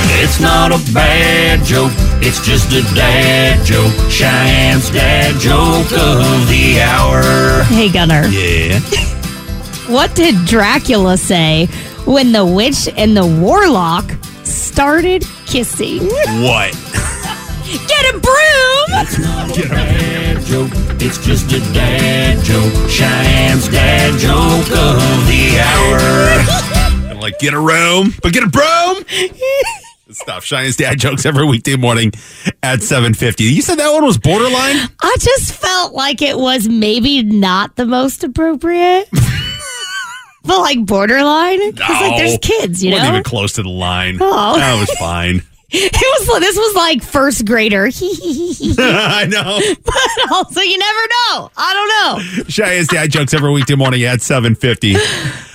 It's not a bad joke, it's just a dad joke. Cheyenne's dad joke of the hour. Hey, Gunner. Yeah. What did Dracula say when the witch and the warlock started kissing? Mm. What? Get a broom! Dad joke, it's just a dad joke. Cheyenne's dad joke of the hour. And like, get a room, but get a broom. Stop. Cheyenne's dad jokes every weekday morning at 7.50. You said that one was borderline? I just felt like it was maybe not the most appropriate. But like borderline, because like there's kids, you Wasn't know. even close to the line. Oh. That was fine. It was this was like first grader, I know. but also you never know. I don't know. Cheyenne's dad jokes every weekday morning at 7.50.